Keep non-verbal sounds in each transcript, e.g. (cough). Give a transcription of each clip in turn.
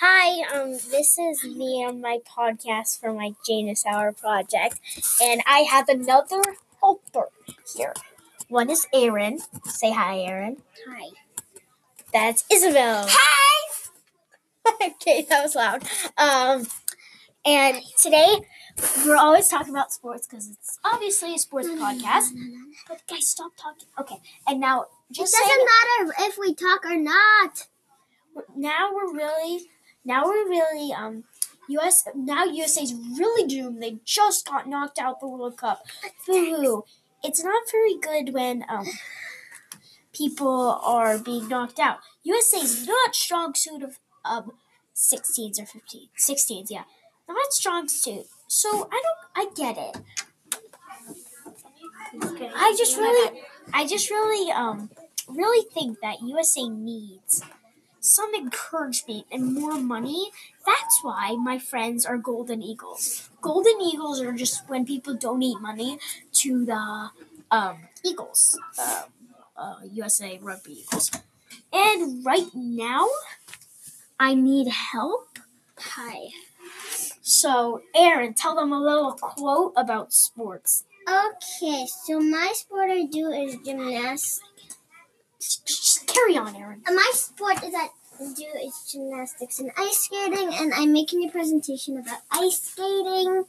Hi, um, this is me on my podcast for my Janus Hour project, and I have another helper here. One is Aaron. Say hi, Aaron. Hi. That's Isabel. Hi. (laughs) okay, that was loud. Um, and today we're always talking about sports because it's obviously a sports Mm-hmm. podcast. But guys, stop talking. Okay, and now just it say doesn't matter if we talk or not. now we're really now we're really um US now USA's really doomed. They just got knocked out the World Cup. Boo-hoo. It's not very good when um people are being knocked out. USA's not strong suit of um 16s or 15 16s, yeah. Not strong suit. So I don't I get it. I just really I just really um really think that USA needs some encouragement and more money. That's why my friends are golden eagles. Golden eagles are just when people donate money to the um, Eagles, um, uh, USA Rugby Eagles. And right now, I need help. Hi. So, Aaron, tell them a little quote about sports. Okay, so my sport I do is gymnastics. Just- Just carry on, Aaron. My sport is I do is gymnastics and ice skating, and I'm making a presentation about ice skating.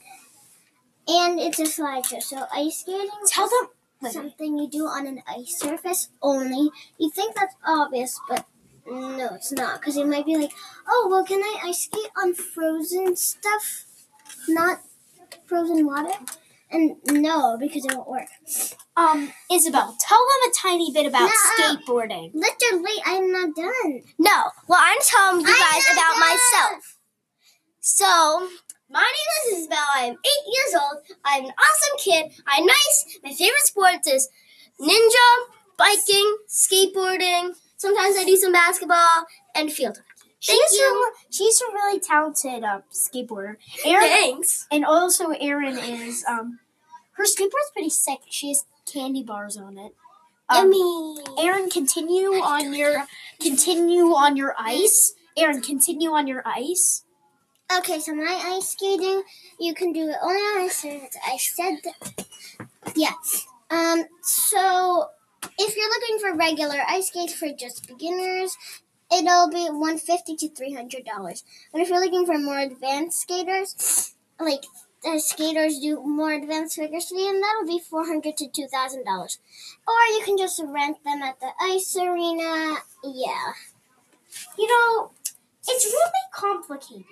And it's a slideshow. So ice skating Tell is them. wait, wait. something you do on an ice surface only. You think that's obvious, but no, it's not. Because you might be like, oh, well, can I ice skate on frozen stuff, not frozen water? And no, because it won't work. Um, Isabel, tell them a tiny bit about No. skateboarding. Literally, I'm not done. No. Well, I'm telling you I'm guys not about done. myself. So, my name is Isabel. I'm eight years old. I'm an awesome kid. I'm nice. My favorite sports is ninja, biking, skateboarding. Sometimes I do some basketball and field hockey. Thank she's you. A, she's a really talented uh, skateboarder. Erin- Thanks. And also, Erin is um, her skateboard's pretty sick. She has candy bars on it. Um, Yummy. Erin, continue on your continue on your ice. Erin, continue on your ice. Okay, so my ice skating, you can do it only on ice surface. I said that. Yeah. Um, so if you're looking for regular ice skates for just beginners, it'll be 150 to $300. But if you're looking for more advanced skaters, like the skaters do more advanced figure skating, that'll be 400 to $2,000. Or you can just rent them at the ice arena. Yeah. You know, it's really complicated.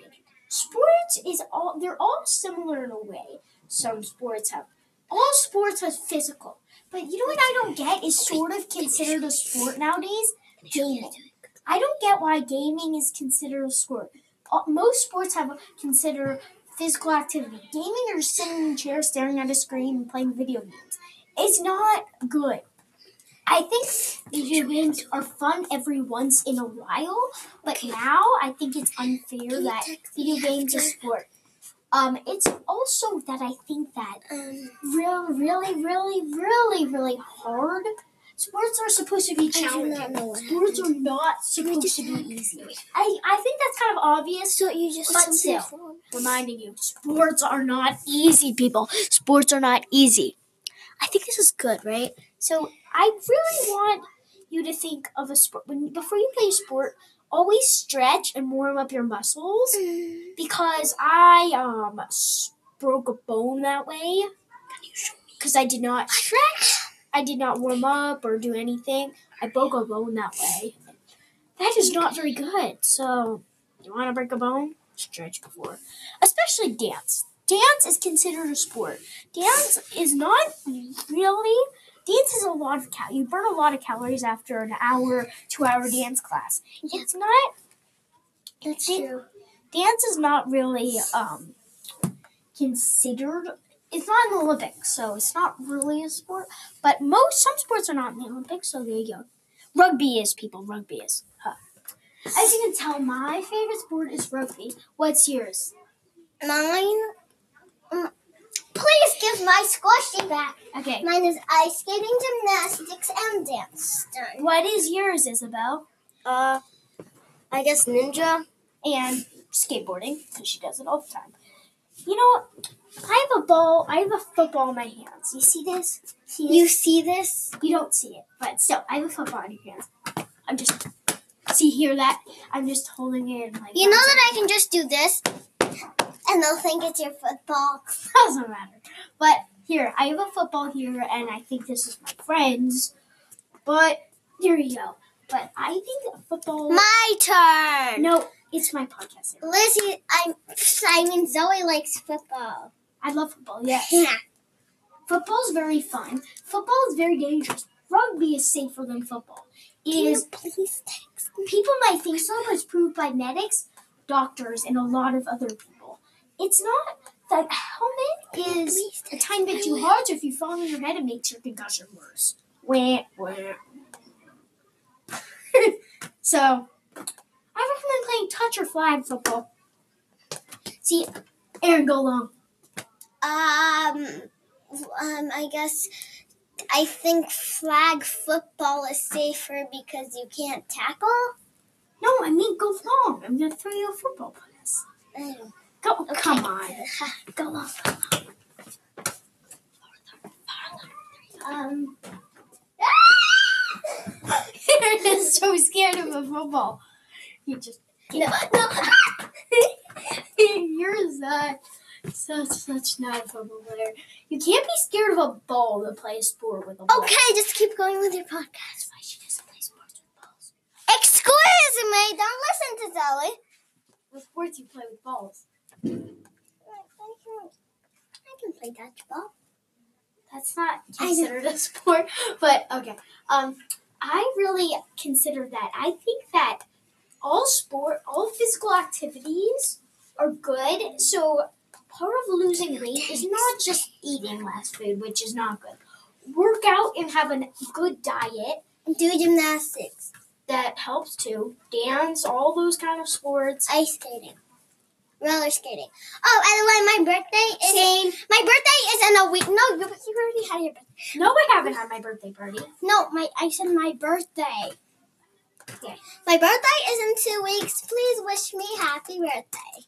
Sports is all they're all similar in a way. Some sports have all sports are physical. But you know what I don't get is sort of considered a sport nowadays? Gaming. I don't get why gaming is considered a sport. Uh, Most sports have consider physical activity. Gaming or sitting in a chair staring at a screen and playing video games. It's not good. I think video games are fun every once in a while, but now I think it's unfair that video games are sport. Um, it's also that I think that Um, real, really, really, really, really hard. Sports are supposed to be challenging. know what Sports are not supposed to be easy. I, I think that's kind of obvious. so you just But still. Reminding you, sports are not easy, people. Sports are not easy. I think this is good, right? So I really want you to think of a sport when before you play a sport. Always stretch and warm up your muscles Mm. because I um s- broke a bone that way. Because I did not stretch, I did not warm up or do anything. I broke a bone that way. That is not very good. So, you want to break a bone? Stretch before, especially dance. Dance is considered a sport. Dance is not really. Dance is a lot of cal. You burn a lot of calories after an hour, two-hour dance class. It's not That's Did- true. dance is not really um, considered. It's not an Olympics, so it's not really a sport. But most some sports are not in the Olympics, so there you go. Rugby is people. Rugby is. Huh. As you can tell, my favorite sport is rugby. What's yours? Mine. Mm. Please give my squishy back. Okay. Mine is ice skating, gymnastics, and dance. Darn. What is yours, Isabel? Uh, I guess ninja, and skateboarding because she does it all the time. You know, I have a ball. I have a football in my hands. You see this? See this? You see this? You don't see it, but still, I have a football in your hands. I'm just see hear that? I'm just holding it. In my You know that I can just do this, and they'll think it's your football. doesn't matter. But here, I have a football here, and I think this is my friend's. But here you go. But I think a football. My turn. no, it's my podcast. Eric. Lizzie, I'm. I mean, Zoe likes football. I love football. (laughs) Yes, Yeah. football's very fun. Football is very dangerous. Rugby is safer than football. It is please people might think so, but it's proved by medics, doctors, and a lot of other people. It's not that helmet is a tiny bit too hard, so if you fall on your head, it makes your concussion worse. Wah, wah. (laughs) so, I recommend playing touch or flag football. See, Aaron, go long. Um, um, I guess I think flag football is safer because you can't tackle. No, I mean go long. I'm gonna throw you a football pass. I don't- Go, come on, Ha, go long. (laughs) Um, Aaron is so scared of a football. He just (laughs) (laughs) no, no. You're such, such, such not a football player. You can't be scared of a ball to play a sport with a ball. Okay, just keep going with your podcast. That's why she doesn't play sports with balls. Excuse me, don't listen to Zoe. With sports, you play with balls. I can play dodgeball. That's not I know. considered a (laughs) sport, but okay. Um, I really consider that. I think that all sport, all physical activities are good. So part of losing weight is not just eating less food, which is not good. Work out and have a good diet. And do gymnastics, that helps too. Dance, all those kind of sports. ice skating, roller skating. Oh, and the way my birthday is. My birthday is in a week. No, you, you already had your birthday. No, I haven't had my birthday party. No, my I said my birthday. Okay. My birthday is in two weeks. Please wish me happy birthday.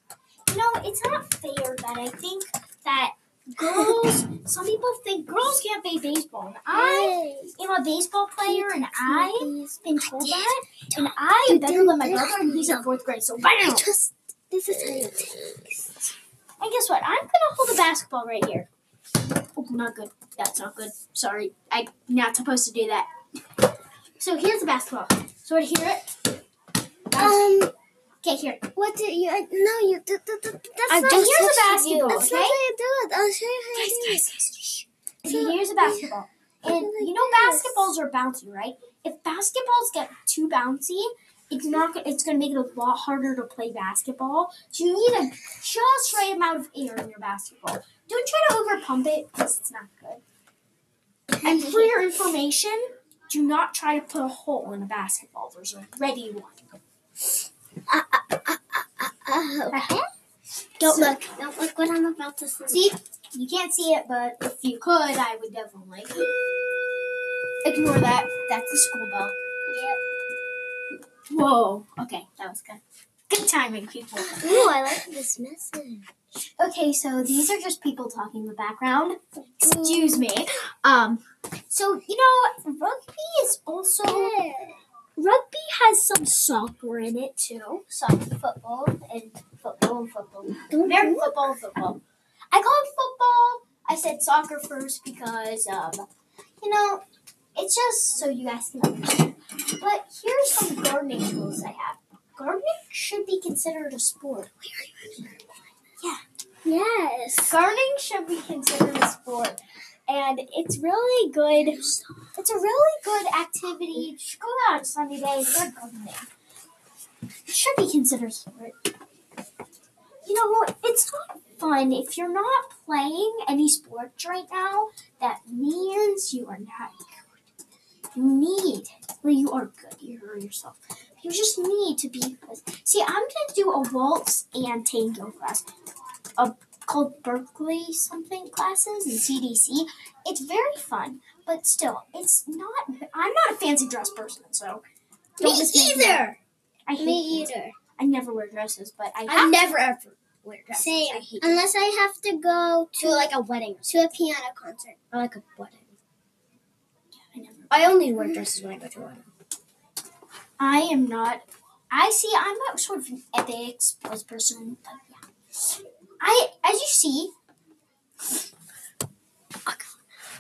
No, it's not fair that I think that girls. some people think girls can't play baseball. And I am a baseball player, and I've been told that. And I am better than my brother, and he's in fourth grade. So bam! just this is how you taste. And guess what? I'm gonna hold a basketball right here. Oh, not good. That's not good. Sorry, I'm not supposed to do that. So here's the basketball. So to hear it. Um, Okay, here. what did you? uh, No, you. Th- th- th- that's I not don't how here's a you do it. basketball, That's not okay? how you do it. I'll show you how you do it. So here's a basketball. And you know basketballs are bouncy, right? If basketballs get too bouncy, it's not. go- It's gonna make it a lot harder to play basketball. So you need a just right amount of air in your basketball. Don't try to over pump it because it's not good. And for your information, do not try to put a hole in a basketball. There's a ready one. Oh, Uh-huh. don't So- look. Don't look what I'm about to say. See, you can't see it, but if you could, I would definitely. Ignore that. That's the school bell. Whoa. Okay, that was good. Good timing, people. Ooh, I like this message. Okay, so these are just people talking in the background. Excuse me. Um, so you know, rugby is also rugby has some soccer in it too. Soccer, football, and football and football. American football and football. I call it football. I said soccer first because um, you know, it's just so you guys can understand. But here's some gardening rules I have. Gardening should be considered a sport. Yes. Gardening should be considered a sport, and it's really good. It's a really good activity. Just go out on sunny days, start gardening. It should be considered a sport. You know what? It's not fun if you're not playing any sports right now. That means you are not good. You need. Well, you are good. You are yourself. You just need to be. See, I'm gonna do a waltz and tango class called Berkeley something classes and CDC. It's very fun, but still, it's not. I'm not a fancy dress person, so Me don't mistake either. I hate Me fancy- either. I I never wear dresses, but I I have never ever wear dresses. Same. I hate Unless I have to go to like a wedding to a piano concert. or like a wedding. I never. I only wear dresses when I go to a wedding. I am not. I see. I'm not sort of an ethics plus person, but yeah. I, as you see, oh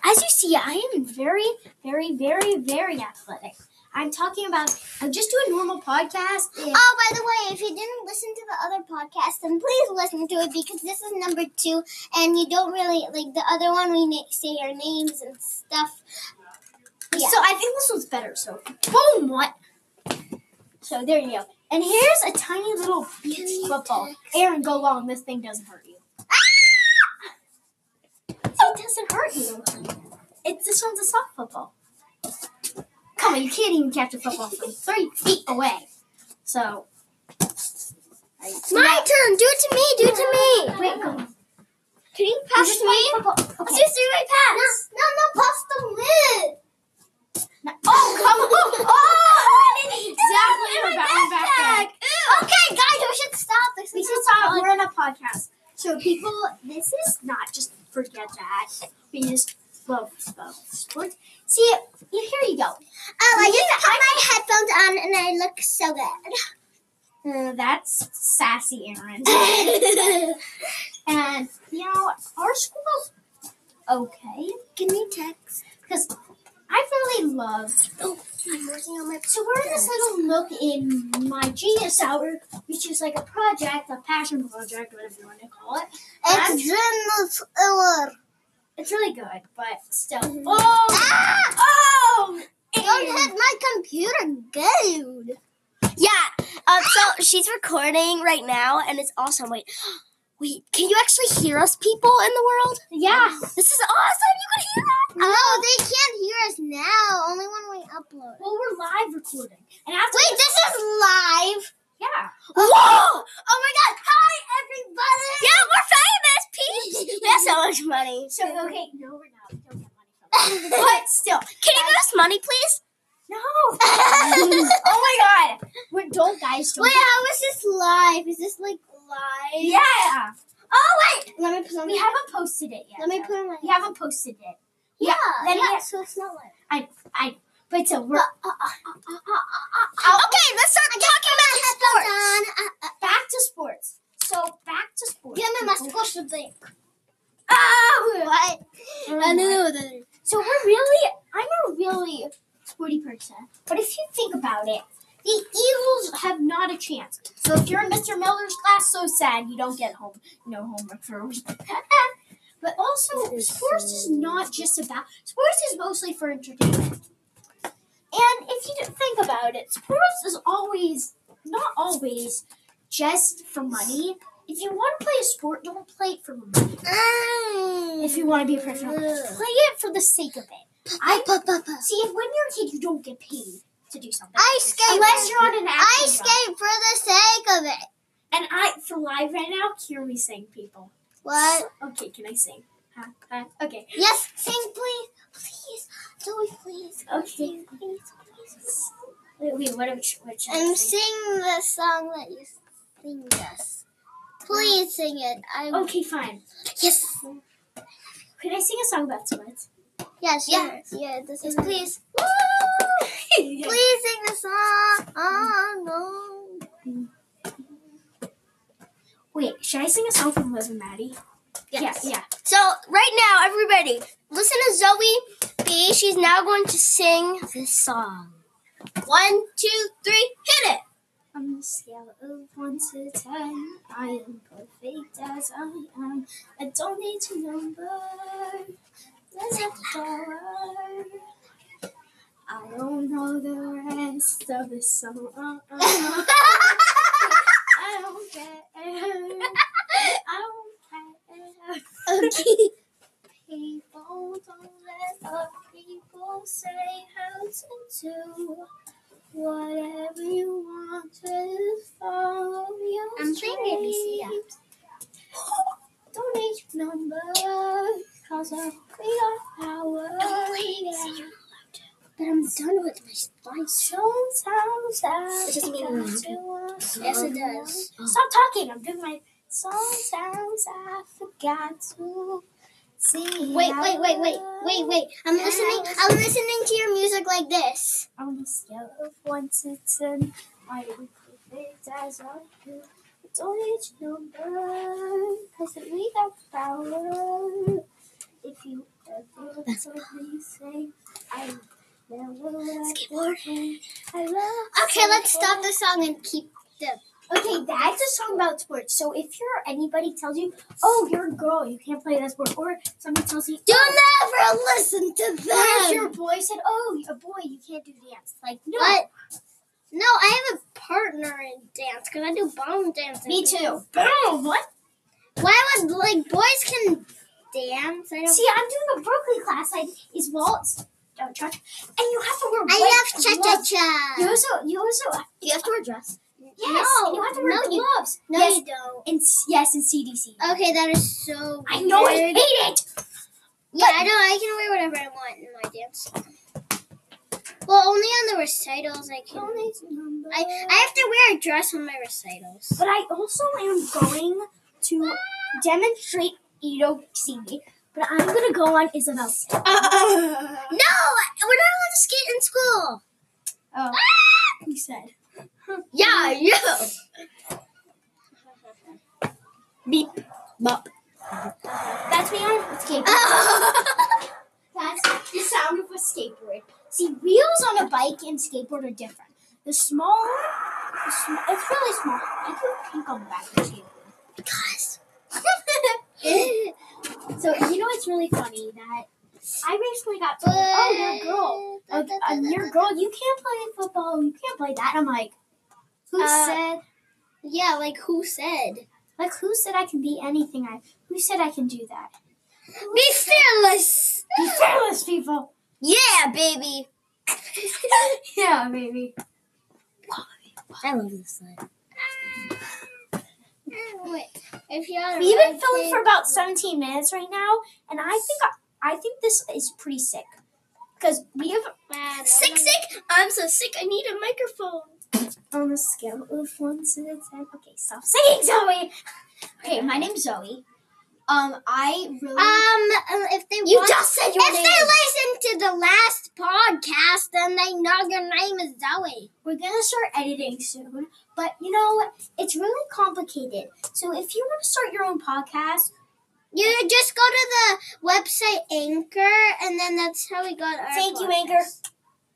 as you see, I am very, very, very, very athletic. I'm talking about. I just do a normal podcast. and- Oh, by the way, if you didn't listen to the other podcast, then please listen to it because this is number two, and you don't really like the other one. We na- say our names and stuff. yeah. So I think this one's better. So boom, what? So there you go. And here's a tiny little beach football. Aaron, go long. This thing doesn't hurt you. Ah! it doesn't hurt you. It's this one's a soft football. Come on, you can't even catch a football from three feet away. So. I- My turn. Do it to me. Do it to me. Wait, go. Can you Pass me. Okay. just do my pass. No, no, no pass the lid. No- Oh, come on. Oh, I did exactly what Batman backpack. Okay, guys, we should stop. This We is should not stop. fun. We're on a podcast. So people, this is not just forget that. We just love love sports. See, here you go. Oh, I just put my headphones on and I look so bad. Uh, that's sassy, (laughs) Aaron. (laughs) Can and you know, our school's okay you text? because I really love. I'm working on my. So we're in this little nook in my genius hour, which is like a project, a passion project, whatever you want to call it. It's Jenna's hour. It's really good, but still. Mhm. Oh, Ah! oh! Don't Aaron. hit my computer, dude. Yeah. Um, so she's recording right now, and it's awesome. Wait, (gasps) wait. Can you actually hear us, people in the world? Yeah. This is awesome. You can hear us. No, Oh, they can't hear us now. Only when we upload. Well, we're live recording, and after Wait, this is live. yeah, (gasps) Whoa! Oh my god! Hi, everybody. Yeah, we're famous, peeps. (laughs) We have so much money. so okay, no, we're not. We don't get money from it. (laughs) but still, Can you give us money, please? no. (laughs) oh my god, we don't guys. Don't (laughs) Wait, how is this live? Is this like live? yeah, Oh wait. Let me put on. we haven't posted it yet. Let me though. put on my. We haven't posted it, Yeah. then yeah, yeah. So it's not live. but so we're okay, let's start talking about the Headphones sports. on. Uh, uh, back to sports. So back to sports. give me my people. special thing. Oh, What? I know. what that is. So we're really, I'm a really sporty person. But if you think about it, the Eagles have not a chance. So if you're in Mr. Miller's class, so sad you don't get home, no homework for a week. (laughs) but also, sports is not just about sports is mostly for entertainment. And if you think about it, sports is always not always just for money. If you want to play a sport, don't play it for money. If you want to be a professional, play it for the sake of it. I pop pop pop. See, if when you're a kid, you don't get paid to do something. Ice skate. Unless you're on an I acting job. skate for the sake of it. And I, for live right now, hear me sing, people. What? Okay, can I sing? Huh? Huh? Okay. Yes, sing please, please, Zoe, please. Okay. please, please. Wait, wait what are we, what should I And sing? sing the song that you sing us. Please sing it. I Okay, fine. yes, Can I sing a song about (laughs) sports? yes, Yes. yes, yeah. This is please, Please. please sing the song. Oh no. (laughs) Wait, should I sing a song from Liz and Maddie? Yes. Yeah, yeah. So right now, everybody, listen to Zoe B. She's now going to sing this song. One, two, three, (laughs) hit it. On a scale of 1 to 10, I am perfect as I am. I don't need to number. There's a dollar. I don't know the rest of the song. uh, I don't care. I don't care. Okay. People don't let other people say how to do whatever you want to follow your I'm trying to get (gasps) Lucia. dreams. Don't need your number, cause I feel power. but I'm done with my spice. Sometimes I It doesn't mean got we're to want Yes, Yes, it does. Oh. Stop talking. I'm doing my. Sometimes I forgot to sing. Wait, wait, wait, wait, wait, wait. I'm listening. I'm listening to your music like this. On the scale of one to ten, I would perfect as I could. It's only each number has a week of power. If you ever told me say I never let Skateboard. I love Okay, let's stop the song and keep the. Okay, that's a song about sports. So if you're anybody tells you, oh, you're a girl, you can't play that sport, or someone tells you, You'll never listen to what if them. your boy said, oh, you're a boy, you can't do dance. Like, no. But no, I have a partner in dance because I do ballroom dancing. Me too. Boom! What? Why would like boys can dance? I don't. See, I'm doing a Berkeley class. I is waltz, don't cha and you have to wear. I love white cha cha gloves. You cha. also, you also, you have to wear dress. Yes, No, and you have to wear no, you- gloves. No, yes, you don't. and s- yes, and CDC. Okay, that is so. I know, I weird. hate it. Yeah, I don't. I can wear whatever I want in my dance. Well, only on the recitals I can. I, I have to wear a dress on my recitals. But I also am going to demonstrate Edo CD. But I'm gonna go on Isabel. No, we're not allowed to skate in school. Oh, he said. (laughs) Yeah, yeah. Beep, bop. That's me on (laughs) skateboard. That's the sound of a skateboard. See, wheels on a bike and skateboard are different. The small, the sm- it's really small. I can pink on the back of the skateboard. so you know it's really funny that I recently got told, "Oh, you're a girl. Like, Oh, um, you're a girl. You can't play football. You can't play that." I'm like, "Who Uh, said? Yeah, like who said? Like, who said I can be anything? I who said I can do that? Be fearless. Be fearless, people." Yeah, baby. (laughs) yeah, maybe. I love this slide. (laughs) Wait, if you had a We've been red filming thing- for about 17 minutes right now, and I think I think this is pretty sick because we have Wow, Sick, sick. I'm so sick. I need a microphone. on a scale of one to ten. Okay, stop singing, (laughs) Zoe. Okay, my name's Zoe. Um, I really Um, if they You want- just said your if name. they listen to the last podcast, then they know your name is Zoe. we're gonna start editing soon, but you know it's really complicated. So if you want to start your own podcast, You just go to the website Anchor, and then that's how we got our. thank you, podcast. Anchor.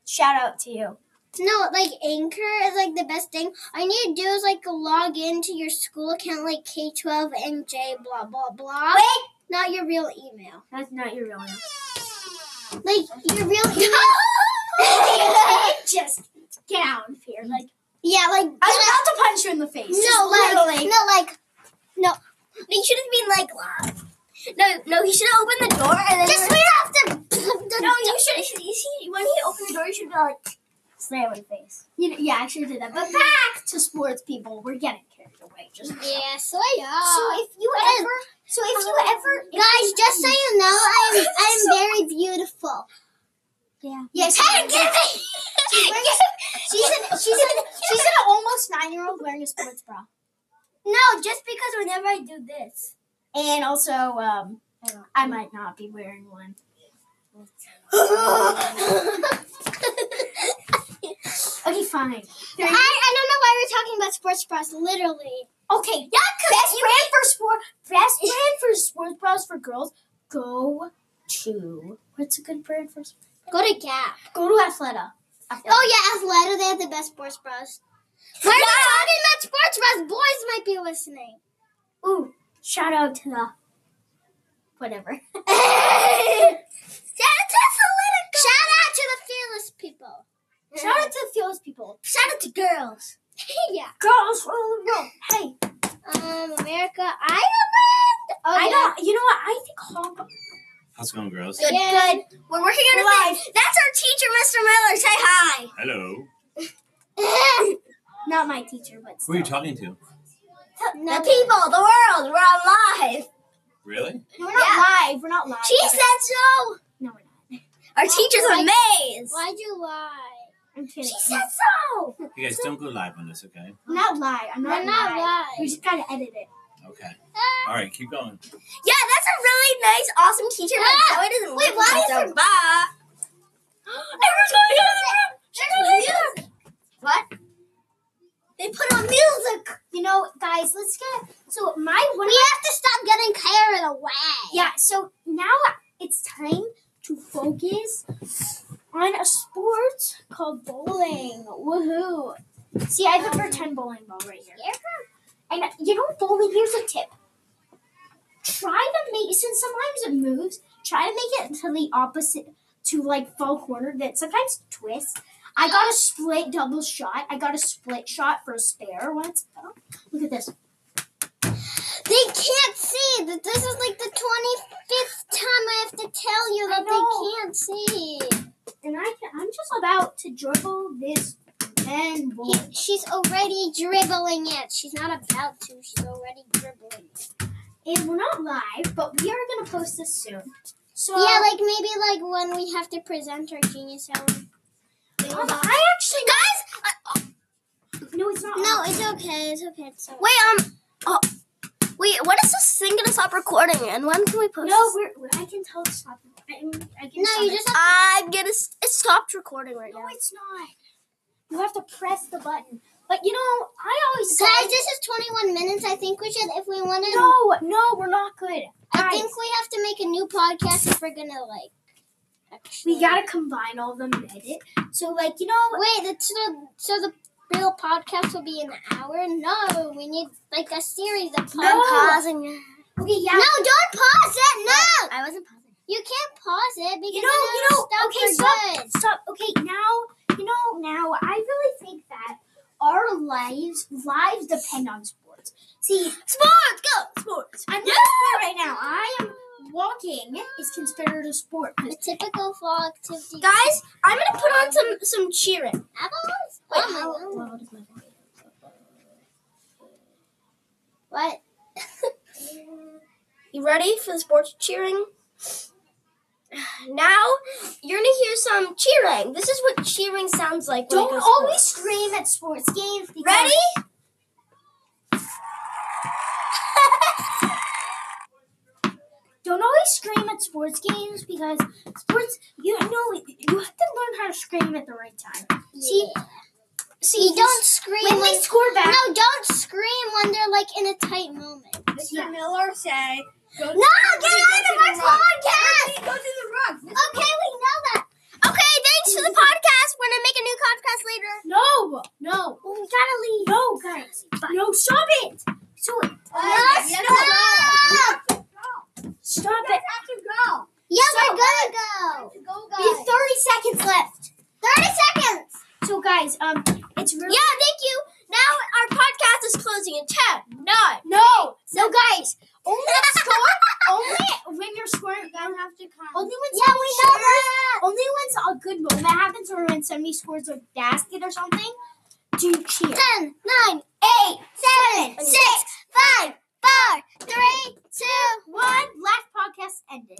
Shout out to you. No, like Anchor is like the best thing. All you need to do is like log into your school account, like K twelve and J blah blah blah. Wait, Not your real email. that's not your real name. Like your (laughs) real email. Just get out of here, like. yeah, I was like about to punch you in the face. no, like no, like He should have been like, "Wow." no, no. He should have opened the door and then. just we have to. no, you should. He, he, when he opened the door, you should be like, slam in the face. You know, yeah, I should have did that. But back to sports, people. We're getting carried away. Just Yeah, so so yeah. if you What? ever, so if you ever, Guys, just so you know, I'm I'm very beautiful. yeah, Yes. Hey, give (laughs) me. she's an, she's an, she's an almost nine year old wearing a sports bra, no, just because whenever I do this. and also, um, I, don't- I might not be wearing one. Okay, fine. I, I don't know why we're talking about sports bras. Literally, Okay, yeah, best brand for sport, best brand for sports bras for girls. Go to what's a good brand for? sp- go to Gap. Go to Athleta. Oh yeah, Athleta, they have the best sports bras. We're not talking about sports bras. Boys might be listening. Oh, Ooh, shout out to the whatever. Shout out to the fearless people. shout out to the fearless people. Shout out to girls. (laughs) yeah. Girls rule the world. Hey, Um, America, Ireland. Oh, I yeah. don't. You know what? I think Hong Kong. How's it going, girls? Good, Yeah. good. We're working on a thing. (laughs) That's our teacher, Mr. Miller. Say hi. Hello. Not my teacher, but Who are you still. talking to? No. the people, the world. We're on live. Really? No, we're not live. We're not live. She said so. No, we're not. Our teacher's Why- amazed. Why'd you lie? I'm kidding. She said so. You guys don't go live on this, okay? I'm not lie. I'm not, We're not lie. live. We just gotta edit it. Okay. Uh, All right, keep going. Yeah, that's a really nice, awesome teacher. But Ah! Zoe doesn't Wait, like why is (gasps) her back? Everyone's going out of the room. (gasps) There's music. What? They put on music. You know, guys, let's get. So my one. We have to stop getting Claire in the way. Yeah, so now it's time to focus on a sport called bowling. Woohoo! See, I have a pretend bowling ball right here. And you know, bowling, here's a tip. Try to make, since sometimes it moves, try to make it to the opposite, to like full corner that sometimes twists. I got a split double shot. I got a split shot for a spare once. Oh, look at this. They can't see that this is like the 25th time I have to tell you I that they know. can't see. And I can, I'm just about to dribble this pretend bowling. He- she's already dribbling it. She's not about to. She's already dribbling it. And we're not live, but we are gonna post this soon. So Yeah, like maybe like when we have to present our genius hour. Um, I actually guys. no, it's not. No, it's okay. It's okay. It's okay. Wait, um, oh, wait, when is this thing gonna stop recording and when can we post? no, this? we're, we're- I can tell it's not. I, I can No, stop you it. just have I'm gonna. s- It stopped recording right No, now. it's not. You have to press the button. But you know, I always Guys, say this is 21 minutes. I think we should, if we want to, no, no, we're not good. I guys. think we have to make a new podcast if we're gonna like. Actually. We gotta combine all of them and edit. So like you know, Wait, that's the, so the real podcast will be an hour? No, we need like a series of podcasts. No. I'm pausing. okay, yeah. No, don't pause it. No, I wasn't pausing. you can't pause it because You know, then you it'll know, stop okay, for stop. good. Stop. Okay, now, you know, now I really think that our lives lives depend on sports. See, Sports, go sports. I'm in a sport right now. I am walking is considered a sport. A typical fall activity. Guys, I'm gonna put on some some cheering. apples. Wait, oh my how God. loud is my voice? What? You ready for the sports cheering? (sighs) Now you're gonna hear some cheering. This is what cheering sounds like. when it Don't goes always sports. scream at sports games. Because Ready? Don't always scream at sports games because sports. You know, you have to learn how to scream at the right time. See, See, you don't scream When they score back, No, don't scream when they're like in a tight moment. Yeah. Miller say. No, get out of my podcast. Go to the rug. Okay, we know that. Okay, thanks (laughs) for the podcast. We're gonna make a new podcast later. no, no, Well, we gotta leave. no, guys, no, stop it! So, Uh, Let's yeah, go. stop it! Yeah, So- we're gonna go. Go, We have thirty seconds left. Thirty seconds. So, guys, um, it's really Yeah, thank you. Now our podcast is closing in 10, 9. no, no, guys. Only score, only when you're scoring. don't have to come. Only when Yeah, we know that. Only when a good moment happens or when somebody scores a basket or something, do you cheer. Ten, nine, eight, seven, six, five, four, three, two. One last podcast ended.